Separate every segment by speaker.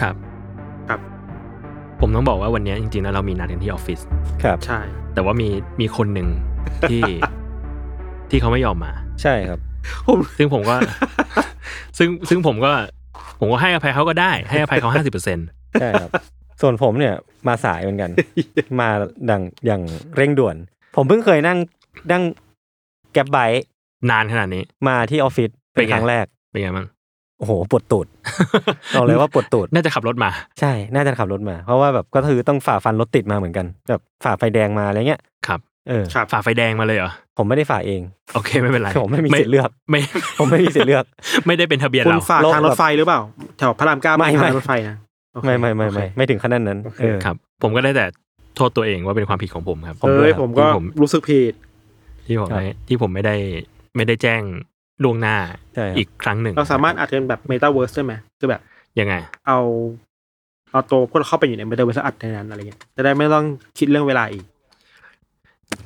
Speaker 1: ครับ
Speaker 2: ครับ
Speaker 1: ผมต้องบอกว่าวันนี้จริงๆแล้วเรามีนัดกันที่ออฟฟิศ
Speaker 3: ครับ
Speaker 2: ใช่
Speaker 1: แต่ว่ามีมีคนห นึ่งที่ ที่เขาไม่ยอมมา
Speaker 3: ใช่ครับ
Speaker 1: ซึ่งผมก็ ซึ่งซึ่งผมก็ ผมก็ให้อภัยเขาก็ได้ ให้อภัยเขาห้าสิบเปอร์เซ็นต์
Speaker 3: ใช่ครับ ส่วนผมเนี่ยมาสายเหมื อนกัน มาดังอย่างเร่งด่วน ผมเพิ่งเคยนั่งนั่งแก็บไบค์
Speaker 1: นานขนาดนี้
Speaker 3: มาที่ออฟฟิศ
Speaker 1: เป็
Speaker 3: เป็น น
Speaker 1: ไง
Speaker 3: ครั้งแรก
Speaker 1: เป็นไงบ้าง
Speaker 3: โอ้โหปวดตูด บอก เลยว่าปวดตู ด
Speaker 1: น่าจะขับรถมา
Speaker 3: ใช่ น่าจะขับรถมา เพราะว่าแบบก็คือต้องฝ่าฟันรถติดมาเหมือนกัน แบบฝ่าไฟแดงมาอะไรเงี้ย
Speaker 1: ครับ
Speaker 3: เออ
Speaker 2: ครับ
Speaker 1: ฝ่าไฟแดงมาเลยเหรอ
Speaker 3: ผมไม่ได้ฝ่า เอง
Speaker 1: โอเคไม่เป็นไร
Speaker 3: ผมไม่มีสิทธิ์เลือก
Speaker 1: ไม่
Speaker 3: ผมไม่มีสิทธิ์เลือก
Speaker 1: ไม่ได้เป็นทะเบียน
Speaker 2: คุณ
Speaker 1: เรา
Speaker 2: ฝาก
Speaker 3: เรา
Speaker 2: ทางรถไฟหรือเปล่า แถวพระรามเก้า
Speaker 3: ไม่
Speaker 2: ทาง
Speaker 3: ไม่
Speaker 2: รถไฟนะโอเค
Speaker 3: ไม่ไม่ไม่ไม่
Speaker 2: โอเค
Speaker 3: ไม่ถึงขนาดนั้นเออ
Speaker 1: ครับ ผมก็ได้แต่โทษตัวเองว่าเป็นความผิดของผมครับ
Speaker 3: ผม
Speaker 2: เอ้ยผมก็
Speaker 1: ที่ผม
Speaker 2: รู้สึกผิด
Speaker 1: ที่ผม
Speaker 3: ครับ
Speaker 1: ไม่ที่ผมไม่ได้ไม่ได้แจ้งล่วงหน้า
Speaker 3: ใช่ครับ
Speaker 1: อีกครั้งหนึ่ง
Speaker 2: เราสามารถอัดเป็นแบบเมตาเวิร์สได้ไหมคือแบบ
Speaker 1: ยังไง
Speaker 2: เอาเอาตัวพวกเราเข้าไปอยู่ในเมตาเวิร์สอัดในนั้นอะไรเงี้ยจะได้ไม่ต้องคิดเรื่องเวลาอีก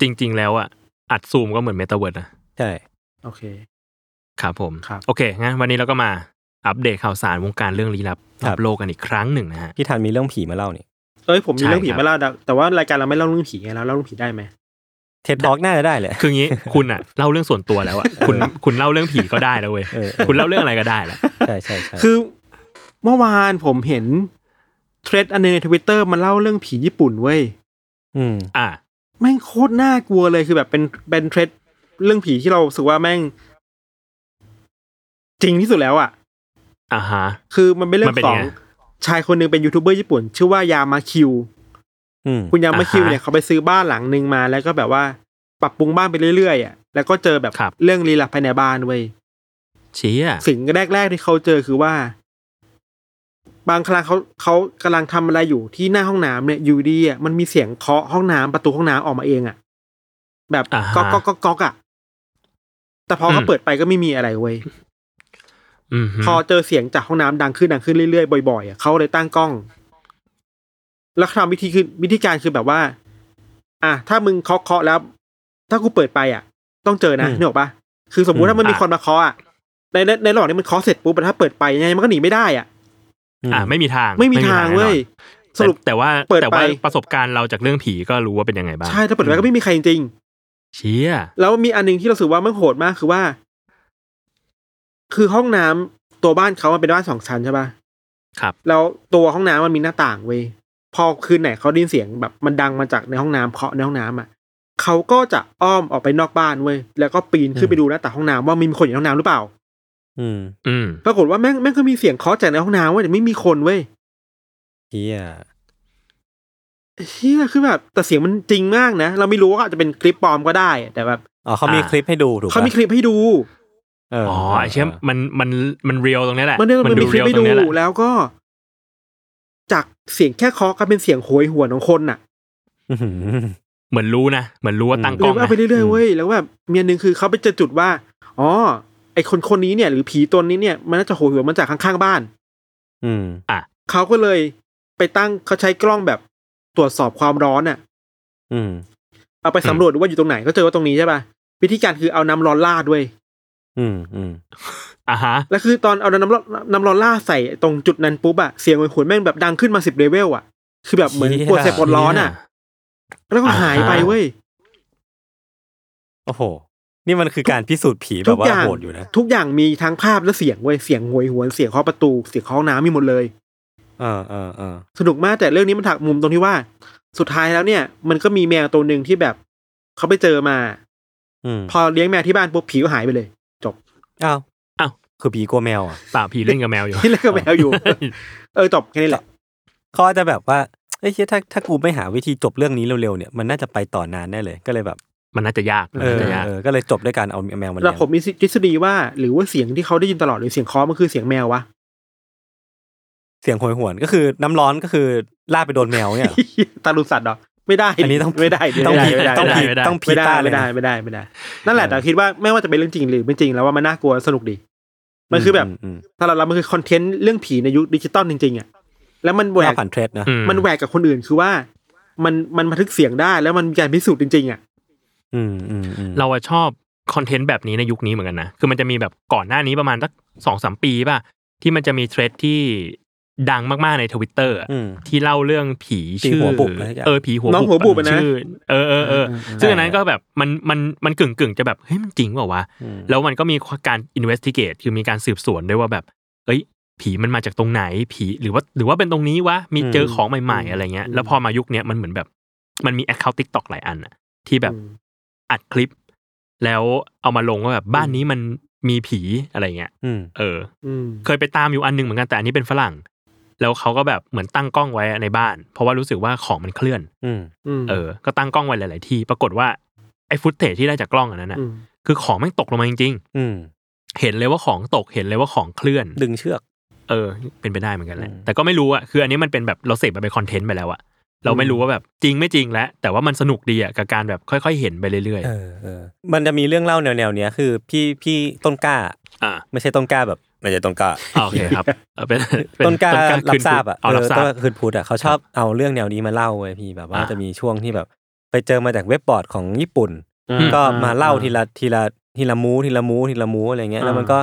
Speaker 1: จริง ๆ แล้วอะอัดซูมก็เหมือนเมตาเวิร์ดนะ
Speaker 3: ใช่
Speaker 2: โอเค
Speaker 1: ครับผม
Speaker 2: ครับ
Speaker 1: โอเคงั้นวันนี้เราก็มาอัปเดตข่าวสารวงการเรื่องลี้ลับ
Speaker 3: ครั
Speaker 1: รั
Speaker 3: บบ
Speaker 1: โลกกันอีกครั้งหนึ่งนะฮะ
Speaker 3: พี่ทันมีเรื่องผีมาเล่านี่
Speaker 2: เอ้ยผมมี
Speaker 1: ใช่
Speaker 2: เรื่องผี
Speaker 1: ครับ
Speaker 2: มาเล่าแต่แต่ว่ารายการเราไม่เล่าเรื่องผีไงเราเล่าเรื่องผีได้ไหม
Speaker 3: เท็ดท็อกน่าจะได้แหละ
Speaker 1: คืองี้ คุณอะเล่าเรื่องส่วนตัวแล้วอะคุณคุณเล่าเรื่องผีก็ได้แล้วเว้ย
Speaker 3: เออ
Speaker 1: คุณเล่าเรื่องอะไรก็ได้แล้ว
Speaker 3: ใช่ใช่ใช่
Speaker 2: คือเมื่อวานผมเห็นเทรดอันหนึงในทวิตเตอร์มันเล่าเรื่องผีญี่ปุ่นเว้ย
Speaker 3: อืม
Speaker 1: อ่ะ
Speaker 2: แม่งโคตรน่ากลัวเลยคือแบบเป็นเป็นเทรดเรื่องผีที่เรารู้สึกว่าแม่ง จริงที่สุดแล้วอะ่ะ
Speaker 1: อ่าฮะ
Speaker 2: คือมันเป็นเรื่อ
Speaker 1: มั
Speaker 2: ง
Speaker 1: นเป็น
Speaker 2: ของ
Speaker 1: ไง
Speaker 2: ชายคนหนึ่งเป็นยูทูบเบอร์ญี่ปุ่น ชื่อว่ายามาคิว
Speaker 3: อืม
Speaker 2: คุณยามาคิว
Speaker 1: อ่าฮะ
Speaker 2: เนี่ยเขาไปซื้อบ้านหลังหนึ่งมา แล้วก็แบบว่าปรับปรุงบ้านไปเรื่อยๆอะ่ะแล้วก็เจอแบบ
Speaker 1: ครับ
Speaker 2: เรื่องลี้ลับภายในบ้านเว้ย
Speaker 1: เชี่ย
Speaker 2: สิ่งแรก ๆ ที่เขาเจอคือว่า บางครั้งเขาเขากำลังทำอะไรอยู่ที่หน้าห้องน้ำเนี่ยอยู่ดีอ่ะมันมีเสียงเคาะห้องน้ำประตูห้องน้ำออกมาเองอ่ะ แบบ
Speaker 1: อ่าฮะ
Speaker 2: ก๊อกก๊อกก๊อกก๊อกอ่ะ แต่พอเขา
Speaker 1: อืม
Speaker 2: เปิดไปก็ไม่มีอะไรเว้ย
Speaker 1: อืมฮึ
Speaker 2: พอเจอเสียงจากห้องน้ำดังขึ้นดังขึ้นเรื่อยๆบ่อยๆอ่ะเขาเลยตั้งกล้อง แล้วทำวิธีคือวิธีการคือแบบว่า อ่ะถ้ามึงเคาะเคาะแล้ว ถ้ากูเปิดไปอ่ะ ต้องเจอนะนึกออกปะคือสมมุติถ้ามันมีคนมาเคาะอ่ะในในในระหว่างนี้มันเคาะเสร็จปุ๊บแต่ถ้าเปิดไปยังไงมันก็หนีไม่ได้อ่ะ
Speaker 1: อ่ะไม่มีทาง
Speaker 2: ไม่มีทาง
Speaker 1: แน่นอน
Speaker 2: เว้ยสรุป
Speaker 1: แต่แต่ว่า
Speaker 2: เปิด
Speaker 1: แต่ว่า
Speaker 2: ไป
Speaker 1: ประสบการณ์เราจากเรื่องผีก็รู้ว่าเป็นยังไงบ้าง
Speaker 2: ใช่ถ้าเปิดไปก็ไม่มีใครจริงๆ
Speaker 1: เชี่ย
Speaker 2: แล้วมีอันหนึงที่เราสึกว่ามันโหดมากคือว่า คือห้องน้ำตัวบ้านเขามันเป็นบ้านสองชั้นใช่ปะ่ะ
Speaker 1: ครับ
Speaker 2: แล้วตัวห้องน้ำมันมีหน้าต่างเว้ยพอคืนไหนเขาได้ยินเสียงแบบมันดังมาจากในห้องน้ำเคาะในห้องน้ำอ่ะเขาก็จะอ้อมออกไปนอกบ้านเว้ยแล้วก็ปีนขึ้นไปดูหน้าต่างห้องน้ำว่ามีคนอยู่ในห้องน้ำหรือเปล่า
Speaker 3: อืม
Speaker 1: อืม
Speaker 2: ปรากฏว่าแม่งแม่งก็มีเสียงเคาะจากในห้องน้ำเว้ยแต่ไม่มีคนเว้ย
Speaker 3: เฮีย
Speaker 2: เชี่ยคือแบบแต่เสียงมันจริงมากนะเราไม่รู้ว่าอาจจะเป็นคลิปปลอมก็ได้แต่แบบ
Speaker 3: อ๋อเขามี
Speaker 1: อ่า
Speaker 3: คลิปให้ดูถูกปะ
Speaker 2: เขามีคลิปให้ดู
Speaker 3: เออ
Speaker 1: อ๋
Speaker 3: อ๋
Speaker 1: อไอเชี่ยมันมันมันเรียลตรงนี้แหละ
Speaker 2: มันเดินมันมีคลิป
Speaker 1: ย
Speaker 2: ให้ดู
Speaker 1: เนี้ยแหละ
Speaker 2: แล้วก็ จากเสียงแค่เคาะก็เป็นเสียงโหยหวนของคนน่ะ
Speaker 3: อื้อหือ
Speaker 1: เหมือนรู้นะเหมือนรู้ว่าตั้ง
Speaker 2: ห
Speaker 1: กล้
Speaker 2: รือ อง ว่า
Speaker 1: นะ
Speaker 2: ไปเรื่อยๆเว้ยแล้วแบบเมียหนึ่งคือเขาไปเจอจุดว่าอ๋อไอคนคนนี้เนี่ย หรือผีตนนี้เนี่ยมันน่าจะโหยหวนมาจากข้างๆบ้าน
Speaker 3: อืม
Speaker 2: เขาก็เลยไปตั้งเขาใช้กล้องแบบตรวจสอบความร้อนน่ะ
Speaker 3: อืม
Speaker 2: เอาไปสำรวจดูว่าอยู่ตรงไหนก็เจอว่าตรงนี้ใช่ป่ะวิธีการคือเอาน้ำร้อนลาดเว้ย
Speaker 3: อืมอืม
Speaker 1: อ่ะฮะ
Speaker 2: แล้วคือตอนเอาน้ำร้อนน้ำร้อนลาดใส่ตรงจุดนั้นปุ๊บอะเสียงโหยหวนแม่งแบบดังขึ้นมาสิบเลเวลอะคือแบบเหมือนปวดแสบปวดร้อนอะแล้วก็หายไปเว้ย
Speaker 3: โอ้โห นี่มันคือการพิสูจน์ผีแบ
Speaker 2: ทุ
Speaker 3: บ
Speaker 2: ก
Speaker 3: ว่า
Speaker 2: อย่าง
Speaker 3: โหดอยู่นะ
Speaker 2: ทุกอย่างมีทั้งภาพและเสียงเว้ยเสียงโหวยหวนเสียงเคาะประตูเสียงเคาะห้องน้ำมีหมดเลย
Speaker 3: เออเออเออ
Speaker 2: สนุกมากแต่เรื่องนี้มันถักมุมตรงที่ว่า สุดท้ายแล้วเนี่ย มันก็มีแมวตัวหนึ่งที่แบบเขาไปเจอมา
Speaker 3: อืม
Speaker 2: พอเลี้ยงแมวที่บ้านปุ๊บผีก็หายไปเลย
Speaker 3: อ้าว
Speaker 1: อ้าว
Speaker 3: คือผีกลัวแมวอ่ะ
Speaker 1: ป่าผีเล่นกับแมวอยู่
Speaker 2: ที่เลี้ยงกับแม วอยู่ เออจบแค่นี้แหละ
Speaker 3: เขาอาจจะแบบว่าเอ้ยเชี่ยถ้าถ้ากูไม่หาวิธีจบเรื่องนี้เร็วๆเนี่ยมันน่าจะไปต่อนานแน่เลยก็เลยแบบ
Speaker 1: มันน่าจะยากมัน
Speaker 3: เออ
Speaker 1: น่าจะยาก
Speaker 3: เออก็เลยจบด้วยการเอาแมวมา
Speaker 2: แล้
Speaker 3: เลี้
Speaker 2: วย
Speaker 3: ง
Speaker 2: ผมมีทฤษฎีว่าหรือว่าเสียงที่เขาได้ยินตลอดหรือเสียงเคอมันคือเสียงแมววะ
Speaker 3: เสียงโหยหวนก็คือน้ำร้อนก็คือลาดไปโดนแมวเนี่ย
Speaker 2: ตาลุสัตว์เหรอไม่ได้ดิ
Speaker 3: อันนี้ต้อง
Speaker 2: ไม่ได้ดิ
Speaker 3: ต้อง
Speaker 2: ไม่
Speaker 3: ผี
Speaker 2: ได้ไม่ได้
Speaker 3: ต้อง
Speaker 2: ไม่
Speaker 3: ผี
Speaker 2: ได้
Speaker 1: ไม่ได้
Speaker 3: ต้องผี
Speaker 2: ไม่ได้
Speaker 3: ตาเล
Speaker 2: ไม่
Speaker 3: ยนะ
Speaker 2: ได้ไม่ได้ไม่ได้ นั่นแหละแต่คิดว่าไม่ว่าจะเป็นเรื่องจริงหรือไม่จริงแล้วว่ามันน่ากลัวสนุกดี มันคือแบบ
Speaker 3: อืม
Speaker 2: สำหรับเรามันคือคอนเทนต์เรื่องผีในยุคดิจิตอลจริงๆอ่ะแล้วมันแหว
Speaker 3: แหว
Speaker 2: ก
Speaker 3: กผ่านเทรดนะ
Speaker 1: อืม
Speaker 2: มันแหวกกับคนอื่นคือว่า มันมันบันทึกเสียงได้แล้วมันมีการพิสูจน์จริงๆอ่ะ
Speaker 3: อืมอืมอืม
Speaker 1: เราอะชอบคอนเทนต์แบบนี้ในยุคนี้เหมือนกันนะ คือมันจะมีแบบก่อนหน้านี้ประมาณสักสองสามปีป่ะ ที่มันจะมีเทรดที่ดังมากๆในทวิตเตอร์
Speaker 3: อืม
Speaker 1: ที่เล่าเรื่องผี
Speaker 3: ผี
Speaker 1: ชื่อ
Speaker 3: หัวบุกอะไรสักอย่าง
Speaker 1: เออผีหัว
Speaker 2: น้องหัวบุบอะนะ
Speaker 1: ชื่อเออเออเออซึ่งอันนั้นก็แบบมันมันมันกึ่งกึ่งๆจะแบบเฮ้ยมันจริงเปล่าวะ
Speaker 3: อืม
Speaker 1: แล้วมันก็มีการ investigate คือมีการสืบสวนด้วยว่าแบบ เอ้ย ผีมันมาจากตรงไหน ผีหรือว่าหรือว่าเป็นตรงนี้วะ มีเจอของใหม่ ๆ อะไรเงี้ย แล้วพอมายุคเนี้ยมันเหมือนแบบ มันมีแอคเคาท์ทิกตอกหลายอันอะที่แบบอัดคลิป แล้วเอามาลงว่าแบบบ้านนี้มันมีผีอะไรเงี้ย
Speaker 3: อืม
Speaker 1: เออ
Speaker 2: อืม
Speaker 1: เคยไปตามอยู่อันหนึงเหมือนกันแต่อันนี้เป็นฝรั่ง แล้วเขาก็แบบเหมือนตั้งกล้องไว้ในบ้าน เพราะว่ารู้สึกว่าของมันเคลื่อน
Speaker 3: อืม
Speaker 2: อืม
Speaker 1: เออ ก็ตั้งกล้องไว้หลาย ๆ ที่ ปรากฏว่าไอ้ฟุตเทจที่ได้จากกล้องอันนั้นอะ
Speaker 2: ม
Speaker 1: คือของแม่งตกลงมาจริง ๆ
Speaker 3: อืม
Speaker 1: เห็นเลยว่าของตกเห็นเลยว่าของเคลื่อน
Speaker 3: ดึงเชือก
Speaker 1: เออ เป็นไปได้เหมือนกันแหละ
Speaker 3: อืม
Speaker 1: แต่ก็ไม่รู้อะคืออันนี้มันเป็นแบบเราเสพมันเป็นคอนเทนต์ไปแล้วอะเราไม่รู้ว่าแบบจริงไม่จริงแล้ว แต่ว่ามันสนุกดีอะกับการแบบค่อย ๆ เห็นไปเรื่อย
Speaker 3: เออเออมันจะมีเรื่องเล่าแนวแนวๆเนี้ยคือพี่พี่ต้นกล้า
Speaker 1: ๆอ่า
Speaker 3: ไม่ใช่ต้นกล้าแบบไม่ใช่ต้นกล้า
Speaker 1: โอเคครับเออเป็นเป็
Speaker 3: ต้นกล้ารั
Speaker 1: คื
Speaker 3: บ
Speaker 1: น
Speaker 3: ทราบอ่ะ
Speaker 1: เอารับทรา
Speaker 3: ต้น
Speaker 1: บ
Speaker 3: กล้คืนพุทธอ่ะเขาชอบเอาเรื่องแนวนี้มาเล่าเว้ยพี่แบบว่า
Speaker 1: อ่า
Speaker 3: จะมีช่วงที่แบบ ไปเจอมาจากเว็บบอร์ดของญี่ปุ่น
Speaker 1: อืม
Speaker 3: ก็มาเล่าทีละทีละทีละมูทีละมูทีละมูอะไรเงี้ยแล้วมันก็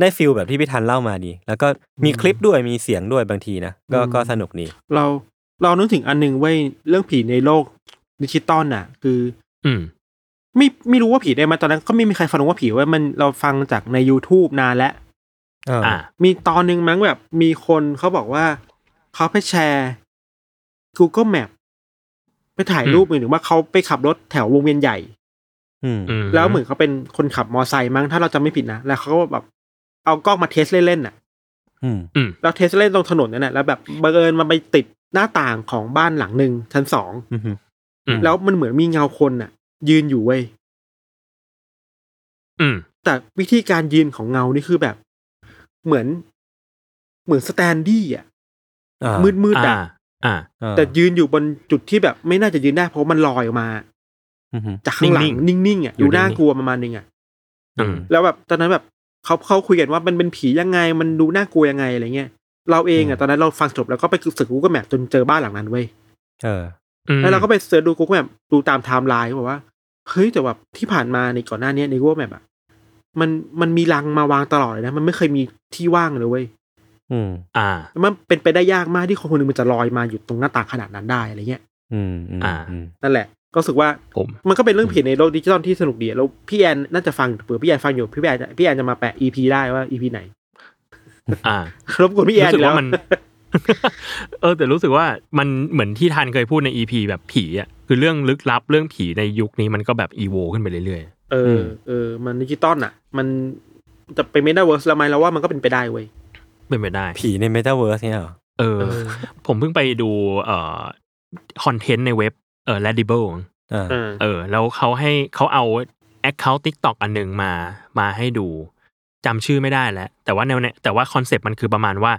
Speaker 3: ได้ฟิลแบบที่พี่ทันเล่ามาดี แล้วก็มีคลิปด้วยมีเสียงด้วยบางทีนะก็ก็สนุกดี
Speaker 2: เราเรานึกถึงอันหนึ่งไว้ยเรื่องผีในโลกดิจิตอลน่ะ คือ
Speaker 1: อืม
Speaker 2: ไม่ไม่รู้ว่าผีได้ไหมตอนนั้นก็ไม่มีใครฟังว่าผีไว้มันเราฟังจากใน YouTube นานแล้ว
Speaker 1: อ่า
Speaker 2: มีตอนหนึ่งมั้งแบบมีคนเขาบอกว่าเขาไปแชร์ Google Map ไปถ่าย
Speaker 1: อืม
Speaker 2: รูปหรือว่าเขาไปขับรถแถววงเวียนใหญ่
Speaker 3: อืม
Speaker 1: อืม
Speaker 2: แล้วเหมือนเขาเป็นคนขับมอไซค์มั้งถ้าเราจำไม่ผิดนะ แล้วเขาก็แบบเอากล้องมาเทสเล่นๆน่ะ
Speaker 3: อืม
Speaker 1: อืม
Speaker 2: แล้วเทสเล่นตรงถนนนั่นแหละแล้วแบบบังเอิญมันไปติดหน้าต่างของบ้านหลังหนึ่งชั้นสอง
Speaker 3: อืม
Speaker 1: อืม
Speaker 2: แล้วมันเหมือนมีเงาคนน่ะ ยืนอยู่เว้ย
Speaker 1: อืม
Speaker 2: แต่วิธีการยืนของเงานี่คือแบบเหมือน เหมือนสแตนดี้อ่ะ
Speaker 3: อ่า
Speaker 2: มืดมืดๆ
Speaker 1: อ่า
Speaker 2: อ่ะ
Speaker 1: อ่า
Speaker 3: อ่า
Speaker 2: แต่ยืนอยู่บนจุดที่แบบไม่น่าจะยืนได้เพราะมันลอยออกมา
Speaker 3: อืม
Speaker 2: จากข้างหลัง นิ่งๆอ่ะ
Speaker 1: อยู่
Speaker 2: ดู
Speaker 1: นิ่งๆ
Speaker 2: น่ากลัวประมาณนึงอ่ะ
Speaker 1: อืม
Speaker 2: แล้วแบบตอนนั้นแบบเขาเขาคุยกันว่ามันเป็นผียังไง มันดูน่ากลัวยังไงอะไรเงี้ยเราเอง
Speaker 3: อื
Speaker 2: อ่ะ
Speaker 3: ม
Speaker 2: ตอนนั้นเราฟังจบแล้วก็ไปสึกกูก็แมปจนเจอบ้านหลังนั้นเว้ย
Speaker 3: เออ
Speaker 2: แล้วเราก็ไปเสิร์ชดูกูแมปดูตามไทม์ไลน์บอกว่าเฮ้ยแต่แบบที่ผ่านมาในก่อนหน้าเนี้ยในกูแมปอ่ะมันมันมีรังมาวางตลอดเลยนะมันไม่เคยมีที่ว่างเลยเว้ย
Speaker 3: อืม
Speaker 1: อ่า
Speaker 2: มันเป็นไปได้ยากมากที่คนคนหนึงมันจะลอยมาอยู่ตรงหน้าต่างขนาดนั้นได้อะไรเงี้ย
Speaker 3: อืมอืม
Speaker 1: อ่า
Speaker 3: อืม
Speaker 2: นั่นแหละก็รู้สึกว่า
Speaker 1: ผม
Speaker 2: มันก็เป็นเรื่องผีในโลกดิจิตอลที่สนุกดีแล้วพี่แอนน่าจะฟังเผื่อพี่แอนฟังอยู่พี่แอนพี่แอนจะมาแปะ EP ได้ว่า EP ไหน
Speaker 1: อ่า
Speaker 2: รบกวนพี่แอน
Speaker 1: รู้สึก
Speaker 2: อีกแล้ว
Speaker 1: ว่ามัน เออแต่รู้สึกว่ามันเหมือนที่ทันเคยพูดในอีพีแบบผีอ่ะคือเรื่องลึกลับเรื่องผีในยุคนี้มันก็แบบอีโวขึ้นไปเรื่อย
Speaker 2: เออเออมันดิจิตอลอ่ะ มันจะไปไม่ได้เวิร์สแล้วไหมเราว่ามันก็เป็นไปได้เว้ย
Speaker 1: ๆเป็นไปได้
Speaker 3: ผีในเมตาเวิร์สเนี่ยเหรอ
Speaker 1: เออ ผมเพิ่งไปดูเอ่อคอนเทนต์ในเว็บเอ่อ Ladible
Speaker 3: อ่า
Speaker 2: เออ
Speaker 1: เออแล้วเขาให้เขาเอา Account TikTok อันหนึ่งมามาให้ดูจำชื่อไม่ได้แล้ว แต่ว่าแนวเนี้ยแต่ว่าคอนเซปต์มันคือประมาณว่า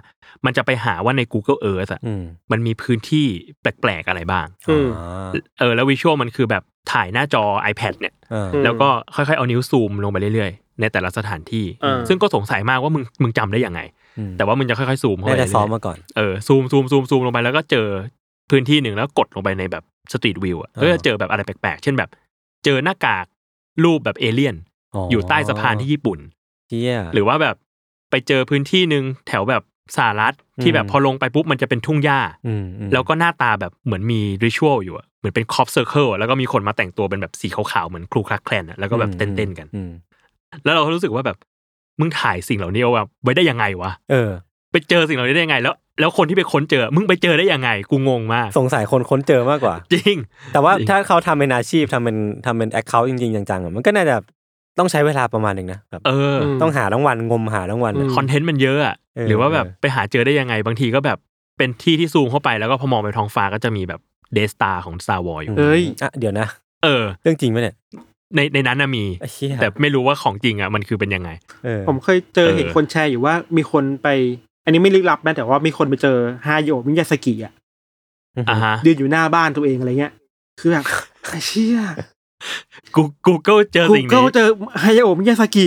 Speaker 1: มันจะไปหาว่าใน Google Earth อ่ะ
Speaker 3: อืม
Speaker 1: มันมีพื้นที่แปลกๆอะไรบ้าง
Speaker 2: อืม
Speaker 3: อ่า
Speaker 1: เออแล้ววิชวลมันคือแบบถ่ายหน้าจอ iPad เนี่ย
Speaker 3: อ่า
Speaker 2: อืม
Speaker 1: แล้วก็ค่อยๆ เอานิ้วซูมลงไปเรื่อยๆ ในแต่ละสถานที่
Speaker 2: อ่า
Speaker 1: ซึ่งก็สงสัยมากว่ามึงมึงจำได้ยังไง
Speaker 3: อืม
Speaker 1: แต่ว่ามึงจะค่อยๆ ซูมเข้าไป
Speaker 3: น่าจะ
Speaker 1: เรื่
Speaker 3: ซ้อม
Speaker 1: อย
Speaker 3: มาก่อน
Speaker 1: ๆเออซูมซูมซูมซูมลงไปแล้วก็เจอพื้นที่หนึ่งแล้วกดลงไปในแบบสตรีทวิวอ่ะ
Speaker 3: อ่า
Speaker 1: ก็จะเจอแบบอะไรแปลกๆ เช่นแบบ เจอหน้ากากรูปแบบเอเลี่ยน อยู่ใต้สะพานที่ญี่ปุ่น
Speaker 3: เชี่ย
Speaker 1: หรือว่าแบบไปเจอพื้นที่หนึ่งแถวแบบสหรัฐที่แบบ
Speaker 3: อืม
Speaker 1: พอลงไปปุ๊บมันจะเป็นทุ่งหญ้า
Speaker 3: มอืม
Speaker 1: แล้วก็หน้าตาแบบเหมือนมีริชวลอยู่อะเหมือนเป็นคอปเซอร์เคิลแล้วก็มีคนมาแต่งตัวเป็นแบบสีขาวๆ เหมือนครูคลักแคลนอะแล้วก็แบบเต้นๆกัน
Speaker 3: อืม
Speaker 1: แล้วเราก็รู้สึกว่าแบบ มึงถ่ายสิ่งเหล่านี้เอาแบบไว้ได้ยังไงวะ
Speaker 3: เออ
Speaker 1: ไปเจอสิ่งเหล่านี้ได้ยังไง แล้ว แล้วคนที่ไปค้นเจอ มึงไปเจอได้ยังไง กูงงมาก
Speaker 3: สงสัยคนค้นเจอมากกว่า
Speaker 1: จริง
Speaker 3: แต่ว่า
Speaker 1: จริง
Speaker 3: ถ้าเขาทำเป็นอาชีพทำเป็นทำเป็นแอคเคาท์จริงๆจังๆอะมันก็น่าจะต้องใช้เวลาประมาณหนึ่งนะแบบ
Speaker 1: เอออ
Speaker 2: ม
Speaker 3: ต้องหาทั้งวันงมหาทั้งวันอะ
Speaker 2: ม
Speaker 1: คอนเทนต์มันเยอะอะ
Speaker 3: เออ
Speaker 1: หรือว่าแบบไปหาเจอได้ยังไง บางทีก็แบบเป็นที่ที่ซูมเข้าไปแล้วก็พอมองไปท้องฟ้าก็จะมีแบบเดสตาของ Star Wars อยู่
Speaker 2: เอ้ย
Speaker 3: อ่ะเดี๋ยวนะ
Speaker 1: เออ
Speaker 3: เรื่องจริงไหมเนี่ย
Speaker 1: ในในนั้นน่ะมี
Speaker 3: ไอ้เหี้ย
Speaker 1: แต่ไม่รู้ว่าของจริงอ่ะมันคือเป็นยังไง
Speaker 3: เออ
Speaker 2: ผมเคยเจอ
Speaker 1: เออ
Speaker 2: เห็นคนแชร์อยู่ว่ามีคนไป อันนี้ไม่ลึกลับนะแต่ว่ามีคนไปเจอฮาโยะมิยาสกิอ่ะ
Speaker 1: อ่ะฮะ
Speaker 2: ยืนอยู่หน้าบ้านตัวเองอะไรเงี้ย คือแบบ ไอ้เชี่ย
Speaker 1: กูกูเกิลเจอ
Speaker 2: กู
Speaker 1: สิ่ง
Speaker 2: ก็
Speaker 1: นี้
Speaker 2: เจอฮาโยะมิยาสกิ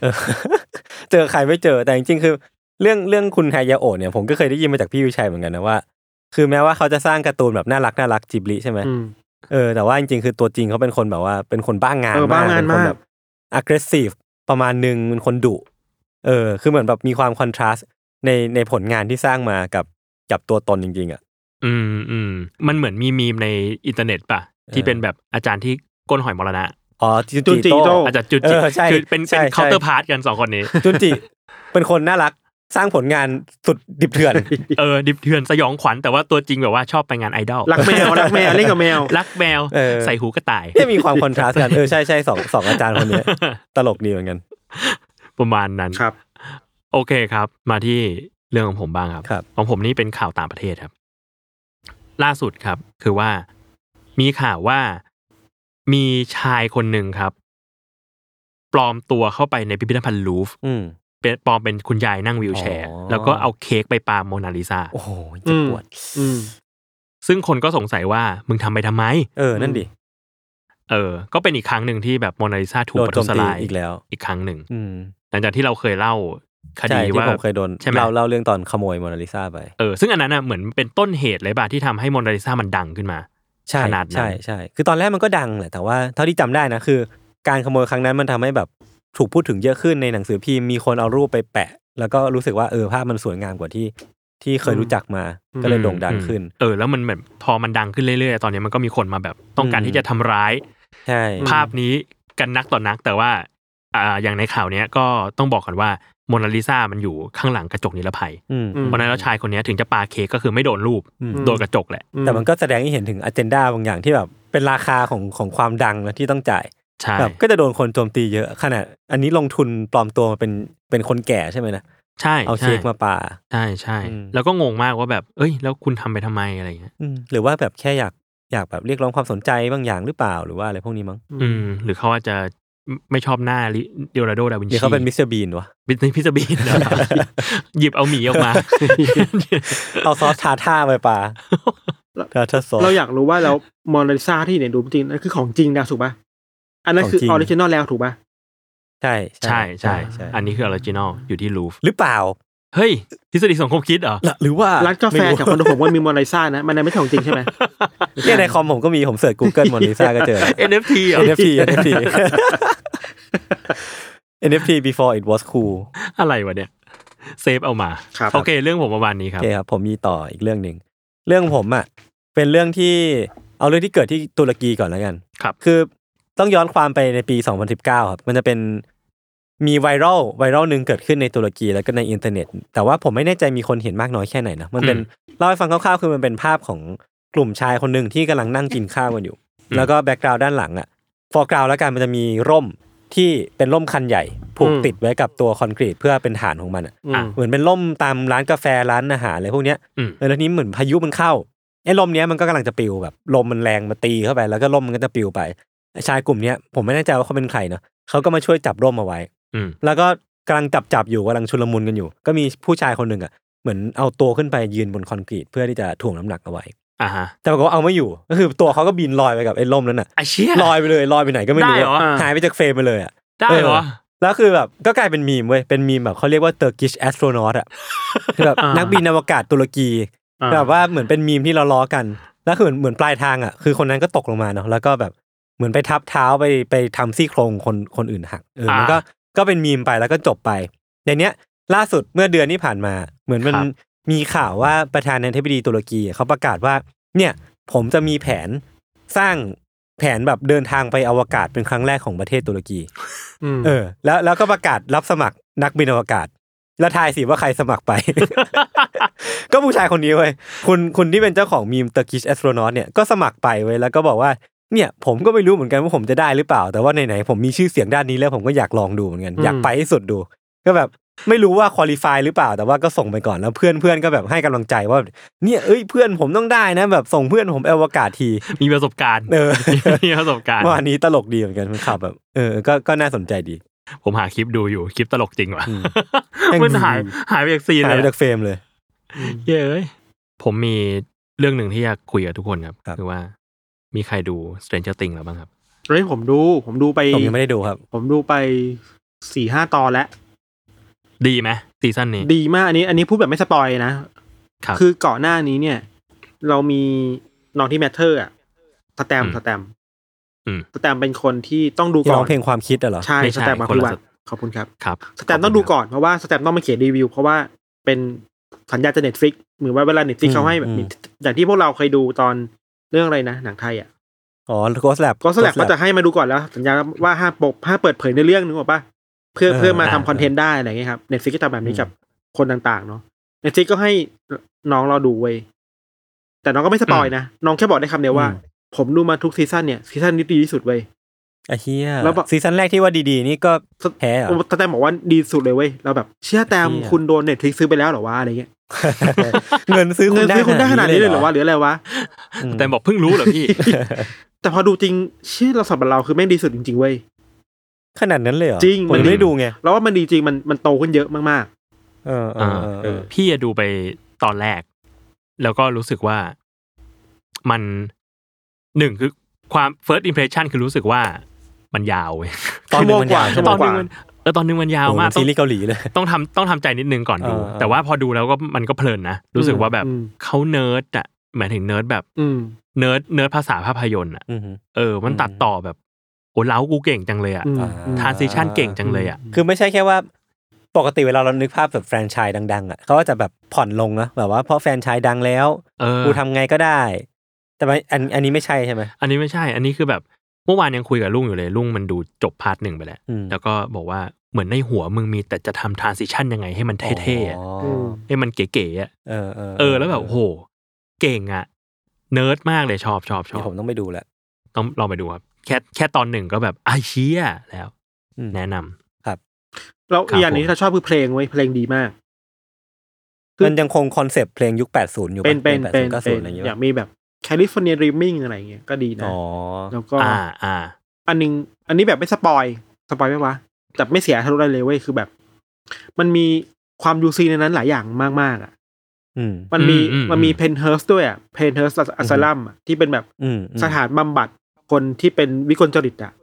Speaker 3: เออ เจอใครไม่เจอแต่จริงๆคือ เรื่องเรื่องคุณไฮยาโอะเนี่ยผมก็เคยได้ยินมาจากพี่วิชัยเหมือนกันนะว่า คือแม้ว่าเขาจะสร้างการ์ตูนแบบน่ารักน่ารักจิบลิใช่ไหม
Speaker 2: อืม
Speaker 3: เออแต่ว่าจริงๆ คือตัวจริงเขาเป็นคนแบบว่าเป็นคนบ้างงาน
Speaker 2: เออบ้างงาน
Speaker 3: เป็นคน
Speaker 2: มาก
Speaker 3: แบบ aggressive ประมาณหนึ่งเป็นคนดุเออ คือเหมือนแบบมีความคอนทราสต์ในในผลงานที่สร้างมากับกับตัวตนจริง ๆ อ่ะ
Speaker 1: อืมอืมมันเหมือนมีมีมในอินเทอร์เน็ตป่ะ ที่เป็นแบบอาจารย์ที่ก้นหอยมรณะ
Speaker 3: อ๋อ
Speaker 2: จุ
Speaker 3: จุ
Speaker 2: น
Speaker 3: นจิ
Speaker 2: จิโต้
Speaker 3: โต้
Speaker 1: อาจารย์จุดจิ
Speaker 3: เออใช่
Speaker 1: คือเป็น
Speaker 3: ใช่
Speaker 1: เป็น
Speaker 3: ใช่
Speaker 1: เคาน์เตอร์พาร์ทกันสองคน นี้
Speaker 3: จุนจิ เป็นคนน่ารักสร้างผลงานสุดดิบเถื่อน
Speaker 1: เออดิบเถื่อนสยองขวัญแต่ว่าตัวจริงแบบว่าชอบไปงานไอดอล
Speaker 2: รักแมวรักแมวเล่นกับแมว
Speaker 1: รักแมว
Speaker 3: เออ
Speaker 1: ใส่หูกระต่าย
Speaker 3: เนี่ยมีความคอนทราสต์กัน เออ ใช่ใช่สองสองอาจารย์คนเนี้ยตลกดีเหมือนกัน
Speaker 1: ประมาณนั้น
Speaker 2: ครับ
Speaker 1: โอเคครับ มาที่เรื่องของผมบ้างครับ
Speaker 3: ครับ
Speaker 1: ของผมนี่เป็นข่าวต่างประเทศครับ ล่าสุดครับ คือว่ามีข่าวว่ามีชายคนหนึ่งครับ ปลอมตัวเข้าไปในพิพิธภัณฑ์ลูฟร์
Speaker 3: อืม
Speaker 1: เป็นปลอมเป็นคุณยายนั่งวีลแชร์
Speaker 3: อ๋อ
Speaker 1: แล้วก็เอาเค้กไปปาโมนาลิซา
Speaker 3: โอ้โหเจ็บปวด
Speaker 2: อืม
Speaker 1: ซึ่งคนก็สงสัยว่ามึงทำไปทำไม
Speaker 3: เออ นั่นดิ
Speaker 1: เออ ก็เป็นอีกครั้งหนึ่งที่แบบโมนาลิซาถูก
Speaker 3: โดน
Speaker 1: ประ
Speaker 3: โจ
Speaker 1: ทุ
Speaker 3: ม
Speaker 1: ษ
Speaker 3: ตี
Speaker 1: ร้าย
Speaker 3: อีกแล้ว
Speaker 1: อีกครั้งหนึ่ง
Speaker 3: อืม
Speaker 1: หลังจากที่เราเคยเล่าค
Speaker 3: ใช่
Speaker 1: ดี
Speaker 3: ที่
Speaker 1: ว่า
Speaker 3: ผมเคยโดน
Speaker 1: ใช่ไหม
Speaker 3: เล่าเล่าเรื่องตอนขโมยโมนาลิซาไป
Speaker 1: เออซึ่งอันนั้นน่ะเหมือนเป็นต้นเหตุเลยป่ะที่ทำให้โมนาลิซามันดังขึ้นมา
Speaker 3: ใช่
Speaker 1: ขนาดนั้น
Speaker 3: ใช่ใช่คือตอนแรกมันก็ดังแหละแต่ว่าเท่าที่จำได้นะคือ การขโมยครั้งนั้นมันทำให้แบบถูกพูดถึงเยอะขึ้นในหนังสือพิมพ์มีคนเอารูปไปแปะ แล้วก็รู้สึกว่าเออภาพมันสวยงามกว่าที่ที่เคยรู้จักมา
Speaker 2: อืม
Speaker 3: ก็เลยโด่งดังขึ้น
Speaker 1: เออแล้วมันแบบพอมันดังขึ้นเรื่อยๆ ตอนนี้มันก็มีคนมาแบบต้องการ
Speaker 3: อืม
Speaker 1: ที่จะทำร้าย
Speaker 3: ใช่
Speaker 1: ภาพนี้กันนักต่อนักแต่ว่าอ่าอย่างในข่าวเนี้ยก็ต้องบอกก่อนว่าโมนาลิซามันอยู่ข้างหลังกระจกนิรภัย
Speaker 3: อืม
Speaker 2: อืม
Speaker 1: เพราะฉะนั้นแล้วชายคนเนี้ยถึงจะปาเค้กก็คือไม่โดนรูป
Speaker 3: อืม
Speaker 1: โดนกระจกแหละ
Speaker 2: อื
Speaker 3: แต่มันก็แสดงให้เห็นถึงอเจนดาบางอย่างที่แบบเป็นราคาของของความดังนะที่ต้องจ่าย
Speaker 1: ใช่
Speaker 3: แบบก็จะโดนคนโจมตีเยอะขนาดอันนี้ลงทุนปลอมตัวมาเป็นเป็นคนแก่ใช่ไหมนะ
Speaker 1: ใช่
Speaker 3: เอาเค้กมาปา
Speaker 1: ใช่ใช่
Speaker 3: อืม
Speaker 1: แล้วก็งงมากว่าแบบ เอ้ย แล้วคุณทำไปทำไมอะไรอย่างเงี้ย
Speaker 3: อืมหรือว่าแบบแค่อยากอยากแบบเรียกร้องความสนใจบางอย่างหรือเปล่าหรือว่าอะไรพวกนี้มั้ง
Speaker 1: อืม หรือเขาอาจจะไม่ชอบหน้าเดโรดโดดาวิน
Speaker 3: ห
Speaker 1: ชี
Speaker 3: รือเขาเป็นมิสเตอร์บีนวะ
Speaker 1: บิสนพิซ บีนเหรอ หยิบเอาหมีออกมา
Speaker 3: เอาซอสทาท่าไปปลาทาท่าซอส
Speaker 2: เราอยากรู้ว่าเรามอนาลิซาที่เนี่ยดูจริงนั่นคือของจริงนะถูกปะอันนั้นคือ
Speaker 3: ของจริ
Speaker 2: อง อริจินอลแล้วถูกปะ
Speaker 3: ใช่
Speaker 1: ใช่ใช่
Speaker 3: ใช่
Speaker 1: อันนี้คือออริจินอลอยู่ที่ลูฟ
Speaker 3: หรือเปล่า
Speaker 1: เฮ้ย ทฤษฎีสังคมคิดเหรอ
Speaker 3: ล่ะหรือว่า
Speaker 2: ร้านกาแฟ
Speaker 3: ไม่
Speaker 2: แถวคอนโดผมก็มีมอนาลิซานะ มันไม่ใช่ของจริงใช่ไหม
Speaker 3: เนี่ยในคอมผมก็มีผมเสิร์ช Google มอนาลิซาก็เจ อ
Speaker 1: NFT เหรอ
Speaker 3: NFT NFT NFT before it was cool
Speaker 1: อะไรวะเนี่ย เซฟเอามา
Speaker 2: ครับ
Speaker 1: โอเค เรื่องผมประมาณนี้ค
Speaker 3: โอ
Speaker 1: รับ
Speaker 3: เคครับ ผมมีต่ออีกเรื่องหนึ่ง เรื่องผมอ่ะ เป็นเรื่องที่เอาเรื่องที่เกิดที่ตุรกีก่อนแล้วกัน
Speaker 1: ครับ
Speaker 3: คือต้องย้อนความไปในปี 2019 ครับ มันจะเป็นมีไวรัลไวรัลหนึ่งเกิดขึ้นในตุรกีแล้วก็ในอินเทอร์เน็ต แต่ว่าผมไม่แน่ใจมีคนเห็นมากน้อยแค่ไหนนะ มันเป็นเล่าให้ฟังคร่าวๆ คือมันเป็นภาพของกลุ่มชายคนหนึ่งที่กำลังนั่งกินข้าวกันอยู่ แล้วก็แบ็กกราวด์ด้านหลังอ่ะ ฟอร์กราวแล้วกันมันจะมีร่มที่เป็นร่มคันใหญ่ผูก
Speaker 2: อืม
Speaker 3: ติดไว้กับตัวคอนกรีตเพื่อเป็นฐานของมันอะ
Speaker 2: อืม
Speaker 3: เหมือนเป็นล่มตามร้านกาแฟร้านอาหารอะไรพวกเนี้ย
Speaker 1: อืม
Speaker 3: เออแล้วทีนี้เหมือนพายุมันเข้าไอ้ลมเนี้ยมันก็กำลังจะปลิวแบบลมมันแรงมาตีเข้าไปแล้วก็ล่มมันก็จะปลิวไปไอ้ชายกลุ่มเนี้ยผมไม่แน่ใจว่าเขาเป็นใครเนาะเขาก็มาช่วยจับร่มเอาไว้
Speaker 1: อืม
Speaker 3: แล้วก็กำลังจับจับๆอยู่กำลังชุลมุนกันอยู่ ก็มีผู้ชายคนหนึ่งอ่ะเหมือนเอาตัวขึ้นไปยืนบนคอนกรีตเพื่อที่จะถ่วงน้ำหนักเอาไว้
Speaker 1: อ่าฮะ
Speaker 3: แต่ปรากฏว่าเอาไม่อยู่ก็คือตัวเขาก็บินลอยไปกับไอ้ล่มนั้นอ่ะ
Speaker 1: ไอเชี่ย
Speaker 3: ลอยไปเลยลอยไปไหนก็ไม่รู้
Speaker 1: ได้เหรอ
Speaker 3: หายไปจากเฟรมไปเลยอ่ะ
Speaker 1: ได้เหรอ
Speaker 3: เออ แล้วคือแบบก็กลายเป็นมีมเว้ยเป็นมีมแบบเขาเรียกว่าเตอร์กิชแอสโทรนอตอ่ะคือแบบ
Speaker 1: อ่านั
Speaker 3: นักบินอวกาศตุรกี
Speaker 2: อ่า
Speaker 3: แบบว่าเหมือนเป็นมีมที่เราล้อกัน แล้วคือเหมือนเหมือนปลายทางอ่ะคือคนนั้นก็ตกลงมาเนาะแล้วก็แบบเหมือนไปทับเท้าไปไปทำซี่โครงคนคนอื่นหักเออมันก็ก็เป็นมีมไปแล้วก็จบไปในเนี้ยล่าสุดเมื่อเดือนที่ผ่านมา เหมือนมัน
Speaker 1: ครับ
Speaker 3: มีข่าวว่าประธานาธิบดีตุรกีเขาประกาศว่าเนี่ยผมจะมีแผนสร้างแผนแบบเดินทางไปอวกาศเป็นครั้งแรกของประเทศตุรกี
Speaker 2: อืม
Speaker 3: เออแล้วแล้วก็ประกาศรับสมัครนักบินอวกาศ แล้วทายสิว่าใครสมัครไป ก็ผู้ชายคนนี้เว้ยคุณคุณที่เป็นเจ้าของมีม Turkish Astronaut เนี่ยก็สมัครไปเว้ยแล้วก็บอกว่าเนี่ยผมก็ไม่รู้เหมือนกันว่าผมจะได้หรือเปล่า แต่ว่าไหนๆผมมีชื่อเสียงด้านนี้แล้วผมก็อยากลองดูเหมือนกัน
Speaker 2: อืม
Speaker 3: อยากไปให้สุดดู ก็แบบไม่รู้ว่าคุริฟายหรือเปล่า แต่ว่าก็ส่งไปก่อนแล้วเพื่อนเพื่อนก็แบบให้กำลังใจว่า เนี่ยเอ้ยเพื่อนผมต้องได้นะแบบส่งเพื่อนผมไปอวกาศที
Speaker 1: มีประสบการณ์
Speaker 3: เออ
Speaker 1: มีประสบการณ์
Speaker 3: เมื่อวานนี้ตลกดีเหมือนกันมันข่าวแบบ เออก็ก็น่าสนใจดี
Speaker 1: ผมหาคลิปดูอยู่คลิปตลกจริงว่ะ
Speaker 3: อื ม
Speaker 1: มันหายหายไปจากซีน
Speaker 3: หา
Speaker 1: เลย ย
Speaker 3: ไป
Speaker 1: อะ
Speaker 3: จากเฟรมเลย
Speaker 1: เย้ยผมมีเรื่องหนึ่งที่อยากคุยกับทุกคนครับ
Speaker 3: ครับ
Speaker 1: คือว่ามีใครดู Stranger Things แล้วบ้างครับ
Speaker 2: เฮ้ยผมดูผมดูไป
Speaker 3: ผมยังไม่ได้ดูครับ
Speaker 2: ผมดูไปสี่ห้าตอนแล้ว
Speaker 1: ดีไหมซีซั่นนี้
Speaker 2: ดีมากอันนี้ อันนี้พูดแบบไม่สปอยนะ
Speaker 1: ครับ
Speaker 2: คือก่อนหน้านี้เนี่ย เรามีนองที่แมทเทอร์อะสแตม
Speaker 1: อืม
Speaker 2: สแตม
Speaker 1: อืม
Speaker 2: สแตมเป็นคนที่ต้องดู
Speaker 3: ที่
Speaker 2: ก่
Speaker 3: ร้
Speaker 2: อ
Speaker 3: อน งเพลงความคิดอะเหรอ
Speaker 2: ใช่
Speaker 1: ไม่ใช่
Speaker 2: สแตมมา
Speaker 1: คน
Speaker 2: คุ
Speaker 1: ละ
Speaker 2: ยวั
Speaker 1: ส
Speaker 2: น
Speaker 1: แตม
Speaker 2: ขอบคุณครับ
Speaker 1: ครับ
Speaker 2: สแตมต้องดูก่อนเพราะว่าสแตมต้องมาเขียนรีวิว เพราะว่าเป็นสัญญาจะเน็ตฟลิกเหมือนว่าเวลาเน็ตฟลิก
Speaker 3: อืม
Speaker 2: เขาให้แบบ
Speaker 3: อืม
Speaker 2: มีอย่างที่พวกเราเคยดูตอนเรื่องอะไรนะหนังไทยอ่ะ
Speaker 3: อ๋อโกสแลบ
Speaker 2: ก็สลักก็จะให้มาดูก่อนแล้ว สัญญาว่าห้ามปกห้ามเปิดเผยในเรื่องนึกออกปะเพื่อ
Speaker 3: เออ
Speaker 2: เพื่อมา
Speaker 3: ได้
Speaker 2: ทำคอนเทนต์ได้อะไรอย่างเงี้ยครับเน็ตฟลิกก็ทำแบบนี้กับ คนต่างๆเนาะเน็ตฟลิกก็ให้น้องเราดูเว้ยแต่น้องก็ไม่สปอยนะ น้องแค่บอกได้คำเดียวว่า
Speaker 3: อืม
Speaker 2: ผมดูมาทุกซีซั่นเนี่ยซีซั่นนี้ดีที่สุดเว้ย
Speaker 3: ไอ้เฮีย
Speaker 2: แล้วแบบ
Speaker 3: ซีซั่นแรกที่ว่าดีๆ นี่ก็แพ้เหรอ
Speaker 2: แต่แตมบอกว่าดีสุดเลยเว้ยเราแบบเชื่อแตม
Speaker 3: เชี่ย
Speaker 2: คุณโดนเน็ตฟลิกซื้อไปแล้วเหรอวะอะไรเงี้ย
Speaker 3: เงินซื้อคุ
Speaker 2: เงิ
Speaker 3: ณ
Speaker 2: น
Speaker 3: ได้
Speaker 2: ซื้อคุณได้ขนาดนี้เลยเหรอวะหรืออะไรวะ
Speaker 3: ม
Speaker 1: แต่บอกเพิ่งรู้เหรอพี่
Speaker 2: แต่พอดูจริงเชื่อเราสำหรับเราคือแม่งดีสุดจริงๆเว้ย
Speaker 3: ขนาดนั้นเลยเหรอ
Speaker 2: จริง
Speaker 3: ผม
Speaker 2: มัน
Speaker 3: ยังไม่ได้ดูไง
Speaker 2: เราว่ามันดีจริงมันมันโตขึ้นเยอะมาก
Speaker 3: เออเอ
Speaker 1: อ่า
Speaker 3: อเออเออ
Speaker 1: พี่อะดูไปตอนแรก แล้วก็รู้สึกว่ามันหนึ่งคือความ first impression คือรู้สึกว่ามันยาวเว้ย
Speaker 2: ๆชั่วโมงกว่าชั่วโม
Speaker 1: ตอง น
Speaker 2: ก
Speaker 1: หนึ
Speaker 2: ว่าง
Speaker 1: มันเออตอนหนึงมันยาว
Speaker 3: โอ้โห
Speaker 1: มากต้
Speaker 3: ซี
Speaker 1: อง
Speaker 3: รีส์เกาหลีเลย
Speaker 1: ต้องทำต้องทำใจนิดนึงก่อนดู
Speaker 3: เออเออ
Speaker 1: แต่ว่าพอดูแล้วก็มันก็เพลินนะรู้สึกว่าแบบ
Speaker 2: อืม
Speaker 1: เขาเนิร์ดอะหมายถึงเนิร์ดแบบ
Speaker 2: อืม
Speaker 1: เนิร์ดเนิร์ดภาษาภาพยนตร์อะ
Speaker 3: อือหือ
Speaker 1: เออ มัน
Speaker 3: อืม
Speaker 1: ตัดต่อแบบ โอ้เล้ากูเก่งจังเลยอะ
Speaker 2: อืม
Speaker 1: ทรานซิชันเก่งจังเลยอะ
Speaker 3: คือไม่ใช่แค่ว่า ปกติเวลาเรานึกภาพแบบแฟรนไชส์ดัง ๆ อ่ะเขาก็จะแบบผ่อนลงนะแบบว่าเพราะแฟรนไชส์ดังแล้ว
Speaker 1: เออ
Speaker 3: กูทำไงก็ได้ แต่ว่าอันอันนี้ไม่ใช่ใช่ไหม
Speaker 1: อันนี้ไม่ใช่ อันนี้คือแบบ เมื่อวานยังคุยกับลุงอยู่เลย ลุงมันดูจบพาร์ทหนึ่งไปแล้ว
Speaker 3: อืม
Speaker 1: แล้วก็บอกว่าเหมือนในหัวมึงมีแต่จะทำทรานซิชันยังไงให้มันเท่ๆอะ
Speaker 3: อ๋อ
Speaker 2: ม
Speaker 1: ให้มันเก๋ๆอะ
Speaker 3: เออเออ
Speaker 1: เออ แล้วแบบโอ้โห เก่งอะเนิร์ดมากเลยชอบชอบชอ
Speaker 3: เดี๋ย
Speaker 1: บ
Speaker 3: วผมต้องไปดูแหละ
Speaker 1: ต้องลองไปดูครับ แค่แค่ตอนหนึ่งก็แบบไอ้เชี่ยแล้ว
Speaker 3: อืม
Speaker 1: แนะนำ
Speaker 2: เรา
Speaker 1: ครับ
Speaker 2: อีกอย่างหนึงที่เราชอบคือเพลงเว้ยเพลงดีมาก คือ
Speaker 3: มันยังคงคอนเซปต์เพลงยุค 80 อยู่ะ
Speaker 2: เป็นเป็นเป็น
Speaker 3: 80
Speaker 2: เป็
Speaker 3: 90
Speaker 2: น
Speaker 3: อะไรอย่างเงี้ย
Speaker 2: อยา
Speaker 3: ปะ
Speaker 2: กมีแบบแคลิฟอร์เนียริมมิงอะไรอย่างเงี้ยก็ดีนะ
Speaker 3: อ๋อ
Speaker 2: แล้วก็
Speaker 1: อ่าอ่า
Speaker 2: อันนึง อันนี้แบบไม่สปอยสปอยไหมวะแต่ไม่เสียทะลุได้เลยเว้ยคือแบบ มันมีความยูซีในนั้นหลายอย่างมาก ๆ อ่ะ
Speaker 3: อืม
Speaker 2: มันมี
Speaker 1: อืมอืม
Speaker 2: มันมีเพนเฮิร์สด้วยอ่ะเพนเฮิร์สอัสลัมที่เป็นแบบ
Speaker 3: อืมอืม
Speaker 2: สถานบำบัดคนที่เป็นวิกลจริตอ่ะ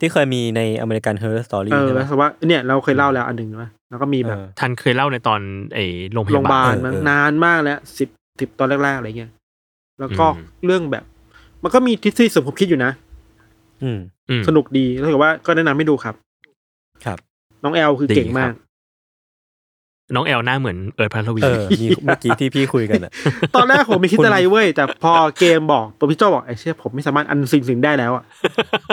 Speaker 3: ที่เคยมีในอเมริกันเฮอร์สตอรี่
Speaker 2: เออ
Speaker 3: ใช่ไหม
Speaker 2: แล้วว่าเนี่ยเราเคยเล่าแล้วอันหนึ่งนะแล้วก็มีแบบ
Speaker 1: ทันเคยเล่าในตอนไอ้โรงพ
Speaker 2: โรง
Speaker 1: ยาย
Speaker 2: พาบา
Speaker 1: บา
Speaker 2: ล
Speaker 1: ล
Speaker 2: มัน
Speaker 3: เออ
Speaker 2: นานมากแล้วสิบสิบตอนแรกๆอะไรเงี้ยแล้วก็
Speaker 1: อืม
Speaker 2: เรื่องแบบ มันก็มีทฤษฎีสมคบคิดอยู่นะ
Speaker 3: อืม
Speaker 1: อืม
Speaker 2: สนุกดีแล้วถือว่าก็แนะนำให้ดูครับ
Speaker 3: ครับ
Speaker 2: น้องแอลคือเก่ง
Speaker 1: ดีครับ
Speaker 2: มาก
Speaker 1: น้องแอลหน้าเหมือนเอิร์ธพัทรวี
Speaker 3: เออมีเมื่อกี้ที่พี่คุยกันอ่ะ
Speaker 2: ตอนแรกผมไม่คิด
Speaker 3: คุณ
Speaker 2: อะไรเว้ย แต่พอเกมบอกตัวพี่โจบอกไอ้เชี่ยผมไม่สามารถอันสิ่งสิ่งได้แล้วอ่ะ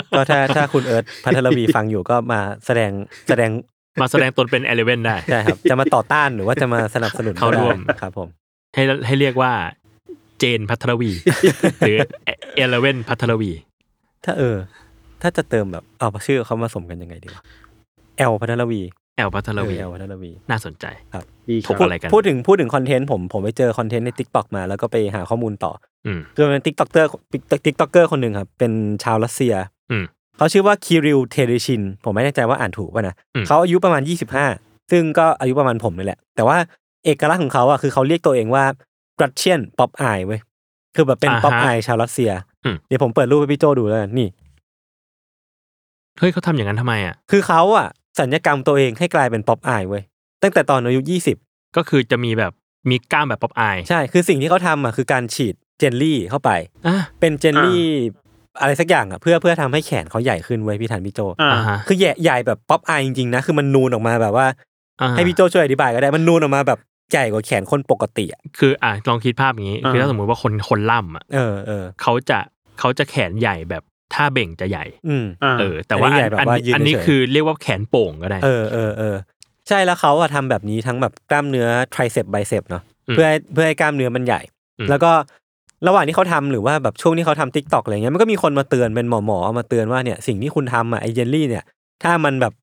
Speaker 3: ก็ถ้าถ้าคุณเอิร์ธพัทรวีฟังอยู่ก็มาแสดงแสดง
Speaker 1: มาแสดงตนเป็นเอเลเวนได้
Speaker 3: ใช่ครับ จะมาต่อต้านหรือว่าจะมาสนับสนุนก็
Speaker 1: เข้าร่วม
Speaker 3: ได้ครับผม
Speaker 1: ให้ให้เรียกว่าเจนพัทรวี หรือเอเลเวนพัทรวี
Speaker 3: ถ้าเออ ถ้าจะเติมแบบเอาชื่อเขามาสมกันยังไงดีวะแอลพัทรวี
Speaker 1: แอลพัทร
Speaker 3: เอ
Speaker 1: วี
Speaker 3: อแอลพัทรวี
Speaker 1: น่าสนใจ
Speaker 2: ดีค
Speaker 1: ผม
Speaker 2: รับ
Speaker 1: อะไรกัน
Speaker 3: พูดถึงพูดถึงคอนเทนต์ผมผมไปเจอคอนเทนต์ในทิกตอกมาแล้วก็ไปหาข้อมูลต่อ
Speaker 1: อืม
Speaker 3: คือเป็นทิกตอกเตอร์ทิกตอกเกอร์คนหนึ่งครับ เป็นชาวรัสเซีย
Speaker 1: อืม
Speaker 3: เขาชื่อว่าคิริลเทเรชิน ผมไม่แน่ใจว่าอ่านถูกป่ะนะ
Speaker 1: อืม
Speaker 3: เขาอายุประมาณ 25 ซึ่งก็อายุประมาณผมนี่แหละ แต่ว่าเอกลักษณ์ของเขาอ่ะคือเขาเรียกตัวเองว่ากรัชเชียนป๊อปอายเว้ยคือแบบเป็น
Speaker 1: อ่าฮะ
Speaker 3: ป๊อปอายชาวรัสเซีย
Speaker 1: อืม
Speaker 3: เดี๋ยวผมเปิดรูปให้พี่โจดูแล้วกันนี่
Speaker 1: เฮ้ยเขาทำอย่างนั้นทำไมอ่ะ
Speaker 3: คือเขาอ่ะสัญญกรรมตัวเองให้กลายเป็นป๊อปอายเว้ยตั้งแต่ตอนอายุ 20
Speaker 1: ก็คือจะมีแบบมีกล้ามแบบป๊อปอาย
Speaker 3: ใช่ คือสิ่งที่เขาทำอ่ะคือการฉีดเจลลี่เข้าไป
Speaker 1: อ่ะ
Speaker 3: เป็นเจลลี่อะไรสักอย่างอ่ะเพื่อเพื่อทำให้แขนเขาใหญ่ขึ้นไว้ยพี่ทันพี่โจ
Speaker 2: อ่า
Speaker 1: อ่าฮะ
Speaker 3: คือใหญ่ใหญ่แบบป๊อปอายจริงๆนะ คือมันนูนออกมาแบบว่า
Speaker 1: อ่า
Speaker 3: ให้พี่โจช่วยอธิบายก็ได้ มันนูนออกมาแบบใหญ่กว่าแขนคนปกติอ่ะ
Speaker 1: คืออ่ะลองคิดภาพอย่างนี้
Speaker 2: อ่า
Speaker 1: คือถ้าสมมุติว่าคนคนล่ำอ่ะ
Speaker 3: เออเออ
Speaker 1: เขาจะเขาจะแขนใหญ่แบบถ้าเบ่งจะใหญ่
Speaker 3: อืม
Speaker 2: อ่า
Speaker 1: เออ แต่ว่า
Speaker 3: อันนี้ใหญ่แบบว่ายืน
Speaker 1: อันนี้
Speaker 3: เฉยๆ
Speaker 1: คือเรียกว่าแขนโป่งก็ได้
Speaker 3: เออเออเออ ใช่แล้วเขาอะทำแบบนี้ทั้งแบบกล้ามเนื้อไทรเซปไบเซปเนาะ
Speaker 1: อืม
Speaker 3: เพื่อให้เพื่อให้กล้ามเนื้อมันใหญ่
Speaker 1: อืม
Speaker 3: แล้วก็ระหว่างที่เขาทำหรือว่าแบบช่วงที่เขาทำทิกตอกอะไรเงี้ยมันก็มีคนมาเตือนเป็นหมอหมอๆเอามาเตือนว่าเนี่ยสิ่งที่คุณทำอะไอเยลลี่เนี่ย ถ้ามันแบบ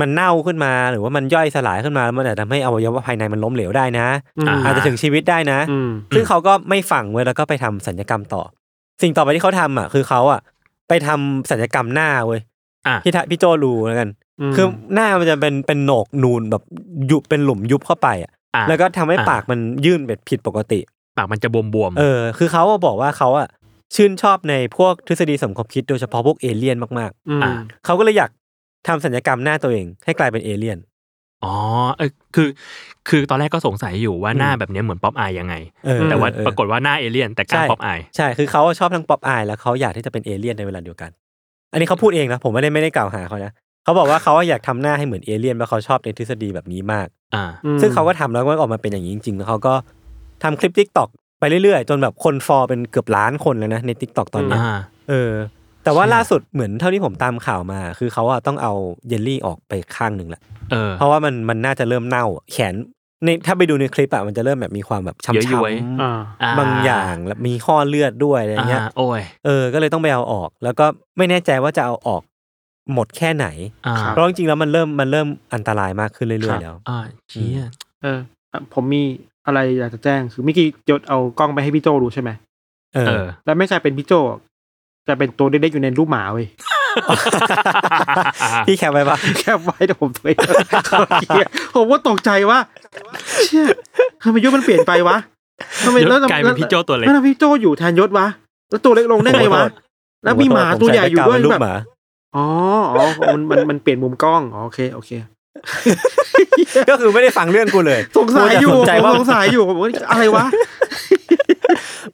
Speaker 3: มันเน่าขึ้นมาหรือว่ามันย่อยสลายขึ้นมาแล้วมันอาจจะทำให้อวัยวะภายในมันล้มเหลวได้นะ
Speaker 2: ม
Speaker 1: อ่า
Speaker 3: อาจจะถึงชีวิตได้นะ
Speaker 2: อืม
Speaker 3: ซึ่งเขาก็ไม่ฝังไว้แล้วก็ไปทำสัญญกรรมต่อ สิ่งต่อไปที่เขาทำอ่ะ คือเขาอ่ะไปทำสัญญกรรมหน้าเว้ย
Speaker 1: อ่ะ
Speaker 3: พี่ทะพี่โจรู้แล้วกัน
Speaker 2: อืม
Speaker 3: คือหน้ามันจะเป็นเป็นโหนกนูนแบบยุบเป็นหลุมยุบเข้าไปอ่ะ
Speaker 1: อ่ะ
Speaker 3: แล้วก็ทำให้
Speaker 1: อ่ะ
Speaker 3: ปากมันยื่นแบบผิดปกติ
Speaker 1: ปากมันจะบวมๆ
Speaker 3: เออ คือเขาอะบอกว่าเขาอ่ะชื่นชอบในพวกทฤษฎีสมคบคิดโดยเฉพาะพวกเอเลี่ยนมาก
Speaker 2: อืม
Speaker 1: อ่า
Speaker 3: ๆ เขาก็เลยอยากทำสัญญกรรมหน้าตัวเอง ให้กลายเป็นเอเลี่ยน
Speaker 1: อ๋อเออคือ คือตอนแรกก็สงสัยอยู่ว่า
Speaker 3: อืม
Speaker 1: หน้าแบบเนี้ยเหมือนป๊อปอายยังไง
Speaker 3: เออ
Speaker 1: แต่ว่า
Speaker 3: เออ
Speaker 1: ปรากฏว่าหน้าเอเลี่ยนแต่กล้าม
Speaker 3: ใช่
Speaker 1: ป๊อปอาย
Speaker 3: ใช่ คือเขาชอบทั้งป๊อปอายแล้วเขาอยากที่จะเป็นเอเลี่ยนในเวลาเดียวกัน อันนี้เขาพูดเองนะ ผมไม่ได้ไม่ได้กล่าวหาเขานะ เขาบอกว่าเขาอยากทำหน้าให้เหมือนเอเลี่ยนเพราะเขาชอบในทฤษฎีแบบนี้มาก
Speaker 1: อ่า
Speaker 2: อืม
Speaker 3: ซึ่งเขาก็ทำแล้วก็ออกมาเป็นอย่างนี้จริงๆ แล้วเขาก็ทำคลิปทิกตอกไปเรื่อยๆ จนแบบคนฟอลเป็นเกือบล้านคนแล้วนะในทิกตอกตอนเนี้ย
Speaker 1: อ่า
Speaker 3: เออ แต่ว่า
Speaker 1: ใช่
Speaker 3: ล่าสุดเหมือนเท่าที่ผมตามข่าวมา คือเขาอะต้องเอาเยลลี่ออกไปข้างหนึ่งแหละ
Speaker 1: เออ
Speaker 3: เพราะว่ามันมันน่าจะเริ่มเน่าอะแขนในถ้าไปดูในคลิปอะมันจะเริ่มแบบมีความแบบช้
Speaker 1: เยอะอยู่เว้ย
Speaker 3: ำ
Speaker 2: อ่า
Speaker 3: ๆบางอย่างแล้วมีข้อเลือดด้วยอะไรเงี้ย
Speaker 1: าโอ้ย
Speaker 3: เออ ก็เลยต้องไปเอาออก แล้วก็ไม่แน่ใจว่าจะเอาออกหมดแค่ไหน
Speaker 1: อ่า
Speaker 2: ครับ
Speaker 3: เพราะจริงๆแล้วมันเริ่มมันเริ่มอันตรายมากขึ้นเรื่อยๆแล้ว
Speaker 1: อ่าเชี่ย
Speaker 2: เอออ่ะผมมีอะไรอยากจะแจ้ง คือเมื่อกี้ยศเอากล้องไปให้พี่โจดูใช่ไหม
Speaker 3: เอ
Speaker 1: เอ
Speaker 3: อ
Speaker 1: อ
Speaker 2: แล้วไม่กลายเป็นพี่โจกลายเป็นตัวเล็กๆอยู่ในรูปหมาเว้ย
Speaker 3: พี่แคปไว้ปะ
Speaker 2: แคบไว้แต่ผม ตัวเองผมว่าตกใจว่าเชี่ยทำไมยศมันเปลี่ยนไปวะทำไม
Speaker 1: ยศ
Speaker 2: แล้วทำ
Speaker 1: กลายเป็นพี่โจ้ตัวเล็ก
Speaker 2: แล้วทำไมพี่โจอยู่แทนยศวะ แล้วตัวเล็กลงได้ไง
Speaker 3: ผมขอโทษ
Speaker 2: วะแล้วมีหมาตัวใหญ่อยู่ด้วย
Speaker 3: ผม
Speaker 2: แบ
Speaker 3: ก็ตกใจกลายเป็น
Speaker 2: บ
Speaker 3: รูปหมา
Speaker 2: อ๋ออ๋อมันมันมันเปลี่ยนมุมกล้องอ๋อโอเค โอ เค
Speaker 3: ก็คือไม่ได้ฟังเรื่องกูเลย
Speaker 2: สงสัยอยู่
Speaker 3: กูจะสนใจ
Speaker 2: ผม
Speaker 3: ว่า
Speaker 2: สงสัยอยู่ผมว่าอะไรวะ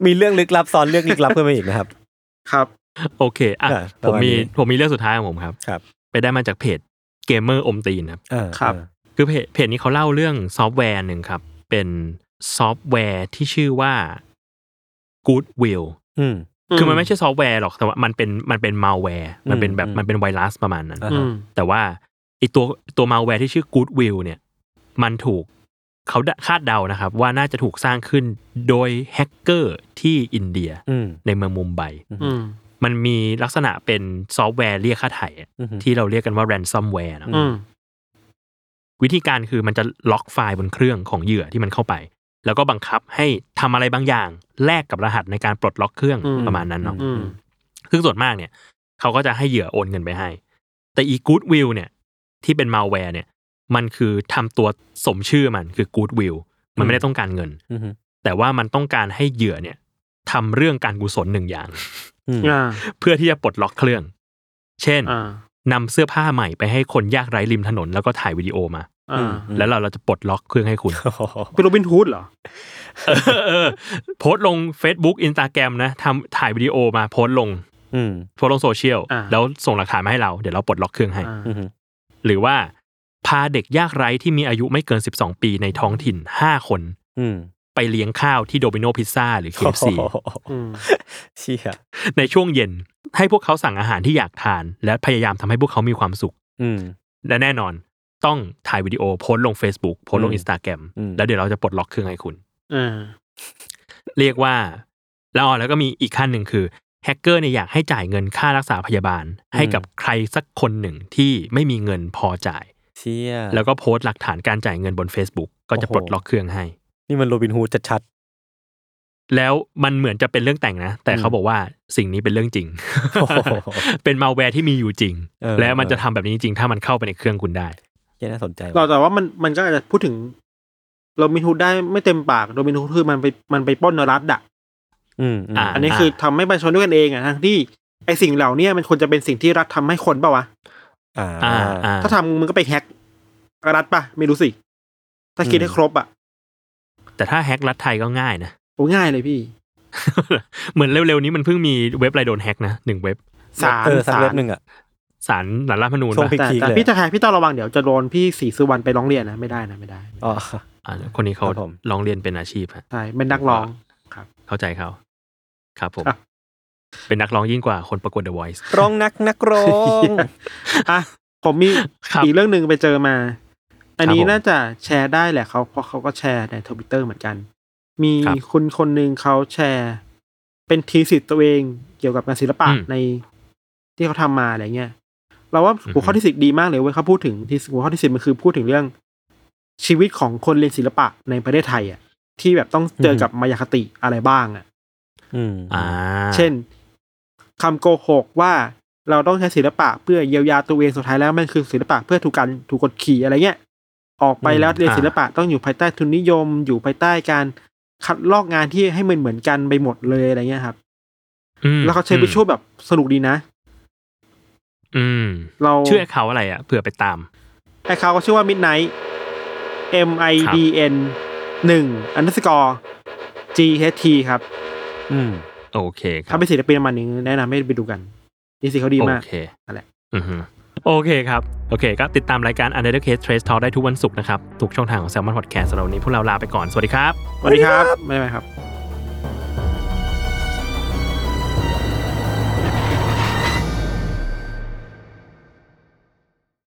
Speaker 3: มีเรื่องลึกลับซ้อนเรื่องลึกลับขึ้นมาอีกนะครับ
Speaker 2: ครับ
Speaker 1: โอเคอ่ะ
Speaker 3: อ่ะป
Speaker 1: ผ
Speaker 3: ระ
Speaker 1: ม
Speaker 3: มาณ
Speaker 1: มี
Speaker 3: นี้
Speaker 1: ผมมีเรื่องสุดท้ายของผมครับ
Speaker 3: ครับ
Speaker 1: ไปได้มาจากเพจเกมเมอร์อมตีนครับ
Speaker 3: เออ
Speaker 2: ครับ
Speaker 1: คือเพจเพจนี้เขาเล่าเรื่องซอฟต์แวร์หนึ่งครับ เป็นซอฟต์แวร์ที่ชื่อว่า Goodwill
Speaker 3: อืม
Speaker 1: คือมันไม่ใช่ซอฟต์แวร์หรอกแต่ว่ามันเป็นมันเป็นมาแวร์มันเป็นแบบ
Speaker 3: อืม
Speaker 1: มันเป็นไวรัสประมาณนั้น
Speaker 3: อ่า
Speaker 2: อื
Speaker 3: ฮะ
Speaker 2: ม
Speaker 1: แต่ว่าไอตัวตัวมาแวร์ที่ชื่อ Goodwill เนี่ย มันถูกเขาคาดเดานะครับ ว่าน่าจะถูกสร้างขึ้นโดยแฮกเกอร์ที่อินเดีย
Speaker 3: อืม
Speaker 1: ในเมืองมุมไบ
Speaker 2: อืม
Speaker 1: มันมีลักษณะเป็นซอฟต์แวร์เรียกค่าไถ่อะ
Speaker 3: อือหือ
Speaker 1: ที่เราเรียกกันว่าแรนซัมแวร์เนอะ
Speaker 2: อืม
Speaker 1: วิธีการคือมันจะล็อกไฟล์บนเครื่องของเหยื่อที่มันเข้าไป แล้วก็บังคับให้ทำอะไรบางอย่างแลกกับรหัสในการปลดล็อกเครื่อง
Speaker 2: อืม
Speaker 1: ประมาณนั้นเนาะ
Speaker 2: อืม
Speaker 1: ซึ่งส่วนมากเนี่ยเขาก็จะให้เหยื่อโอนเงินไปให้ แต่อี Good Will เนี่ยที่เป็น malware เนี่ยมันคือทำตัวสมชื่อมันคือ Good Will มันไม่ได้ต้องการเงิน
Speaker 3: อืมอืม
Speaker 1: แต่ว่ามันต้องการให้เหยื่อเนี่ยทำเรื่องการกุศลหนึ่ง อย่าง
Speaker 3: อืม
Speaker 2: อ่า
Speaker 1: เพื่อที่จะปลดล็อกเครื่อง เช่น
Speaker 2: อ่าน
Speaker 1: ำเสื้อผ้าใหม่ไปให้คนยากไร้ริมถนนแล้วก็ถ่ายวิดีโอมา
Speaker 2: อ่า
Speaker 1: แล้วเราเราจะปลดล็อกเครื่องให้คุณ
Speaker 3: โอ้โห
Speaker 2: เป็นโรบินฮูดเหรอ
Speaker 1: เออเออโพสต์ลง Facebook Instagram นะทำถ่ายวิดีโอมาโพสต์ลง
Speaker 3: อืม
Speaker 1: โพสต์ลงโซเชียล
Speaker 2: อ่า
Speaker 1: แล้วส่งหลักฐานมาให้เราเดี๋ยวเราปลดล็อกเครื่องให้
Speaker 2: อ่า
Speaker 3: อืม
Speaker 1: หรือว่าพาเด็กยากไร้ที่มีอายุไม่เกิน 12 ปีในท้องถิ่น 5 คน
Speaker 3: อืม
Speaker 1: ไปเลี้ยงข้าวที่โดมิโนพิซซ่าหรือ KFC
Speaker 3: โอ้โห
Speaker 2: อืม
Speaker 3: เชี่ย
Speaker 1: ในช่วงเย็นให้พวกเขาสั่งอาหารที่อยากทาน และพยายามทำให้พวกเขามีความสุข
Speaker 3: อืม
Speaker 1: และแน่นอนต้องถ่ายวิดีโอโพสต์ลง Facebook โพสต์ลง
Speaker 3: อืม
Speaker 1: Instagram
Speaker 3: อืม
Speaker 1: แล้วเดี๋ยวเราจะปลดล็อกเครื่องให้คุณ
Speaker 2: อ่า
Speaker 1: เรียกว่า แล้วอ๋อแล้วก็มีอีกขั้นหนึ่งคือแฮกเกอร์เนี่ยอยากให้จ่ายเงินค่ารักษาพยาบาล ให้กับใครสักคนหนึ่งที่ไม่มีเงินพอจ่าย
Speaker 3: เชี่ย
Speaker 1: แล้วก็โพสต์หลักฐานการจ่ายเงินบน Facebook ก็จะ
Speaker 3: โอ้โห
Speaker 1: ปลดล็อกเครื่องให้
Speaker 3: นี่มันโรบินฮูดชัด
Speaker 1: แล้วมันเหมือนจะเป็นเรื่องแต่งนะ แต่เขาบอกว่าสิ่งนี้เป็นเรื่องจริง
Speaker 3: โอ้โห
Speaker 1: เป็นมาแวร์ที่มีอยู่จริง
Speaker 3: เออ
Speaker 1: และมันจะทำแบบนี้จริงถ้ามันเข้าไปในเครื่องคุณได้
Speaker 3: ๆเชี่ยน่าสนใจ
Speaker 2: เรา
Speaker 3: ว่ะ
Speaker 2: แต่ว่ามันมันก็อาจจะพูดถึงโรบินฮูดได้ไม่เต็มปากโรบินฮูดคือมันไปมันไปปล้นรัฐอะ
Speaker 3: อืมอืม
Speaker 1: อ่า
Speaker 2: อันนี้คือทำให้ประชาชนด้วยกันเองอะทั้งที่ไอสิ่งเหล่าเนี้มันควรจะเป็นสิ่งที่รัฐทำให้คนเปล่าวะ
Speaker 3: อ่า
Speaker 1: อ่าอ่า
Speaker 2: ถ้าทำมึงก็ไปแฮกรัฐปะไม่รู้สิ ถ้าคิดให้ครบอะ
Speaker 1: แต่ถ้าแฮกรัฐไทยก็ง่ายนะ
Speaker 2: โอ้ง่ายเลยพี่
Speaker 1: เหมือนเร็วๆนี้มันเพิ่งมีเว็บอะไรโดนแฮกนะหนึ่งเว็บ
Speaker 2: สาร
Speaker 3: เออสัก
Speaker 2: สา
Speaker 3: เว็บ
Speaker 2: ร
Speaker 3: หนึ่งอ่ะ
Speaker 1: สารหลักรัฐธรรมนูญ
Speaker 3: ช่วง
Speaker 1: นะ
Speaker 3: พิพีคๆ
Speaker 2: แต่แต่
Speaker 3: เลย
Speaker 2: พี่จะแฮกพี่ต้องระวังเดี๋ยวจะโดนพี่สีสุวรรณไปร้องเรียนนะไม่ได้นะไม่ได้
Speaker 3: อ๋อ
Speaker 1: อ่าคนนี้เขา
Speaker 3: ครับผม
Speaker 1: ลองเรียนเป็นอาชีพฮะ
Speaker 2: ใช่เป็นนักร้อง
Speaker 1: เข้าใจเขาครับผม
Speaker 2: ครับ
Speaker 1: เป็นนักร้องยิ่งกว่าคนประกวด The Voice
Speaker 3: ร้องนักนักร้อง
Speaker 2: อ่ะผมมี
Speaker 1: ครับ
Speaker 2: อีกเรื่องหนึ่งไปเจอมา อันนี้
Speaker 1: ครับผม
Speaker 2: น่าจะแชร์ได้แหละเขาเพราะเขาก็แชร์ในทวิตเตอร์เหมือนกัน มี
Speaker 1: ครับ
Speaker 2: คุณคนหนึ่งเขาแชร์ เป็นทีสิทธ์ตัวเองเกี่ยวกับงานศิลปะ
Speaker 1: อืม
Speaker 2: ในที่เขาทำมาอะไรเงี้ยเราว่าหัวข้อ
Speaker 1: อือฮึ
Speaker 2: ที่สิบดีมากเลยเว้ยเขาพูดถึงที่หัวข้อที่สิบมันคือพูดถึงเรื่องชีวิตของคนเรียนศิลปะในประเทศไทยอ่ะที่แบบต้องเจอกับมายาคติอะไรบ้างอ่ะ
Speaker 3: อืม
Speaker 1: อ่า
Speaker 2: เช่นคำโกหกว่าเราต้องใช้ศิลปะเพื่อเยียวยาตัวเองสุดท้ายแล้วมันคือศิลปะเพื่อถูกกันถูกกดขี่อะไรเงี้ย ออกไปแล้วเรียนศิลปะต้องอยู่ภายใต้ทุนนิยม อยู่ภายใต้การคัดลอกงานที่ให้มันเหมือนกันไปหมดเลยอะไรเงี้ยครับ
Speaker 1: อืม
Speaker 2: แล้วเขาใช้ไปช่วยแบบสนุกดีนะ
Speaker 1: อืม
Speaker 2: เรา
Speaker 1: ชื่อแอคเคาอะไรอ่ะเผื่อไปตาม
Speaker 2: ไอ้เขาก็ชื่อว่า Midnight M I D N หนึ่งอันดับสกอร์ G H T ครับ
Speaker 3: อืม
Speaker 1: โอเคครั
Speaker 2: ถ้า
Speaker 1: บ
Speaker 2: เป็นศิลปินประมาณนึงแนะนำให้ไปดูกันดีสิเขาดี
Speaker 1: โอ
Speaker 2: มาก
Speaker 1: เค
Speaker 2: นั่นแหละ
Speaker 1: อือฮึโอเคครับ โอเคก็ติดตามรายการ u n d e r t a k e Trace Talk ได้ทุกวันศุกร์นะครับทุกช่องทางของ Salmon Podcast สำหรับวันนี้พวกเราลาไปก่อนสวัสดีครับ
Speaker 2: สวัสดีครับไม่เป็นไรครับ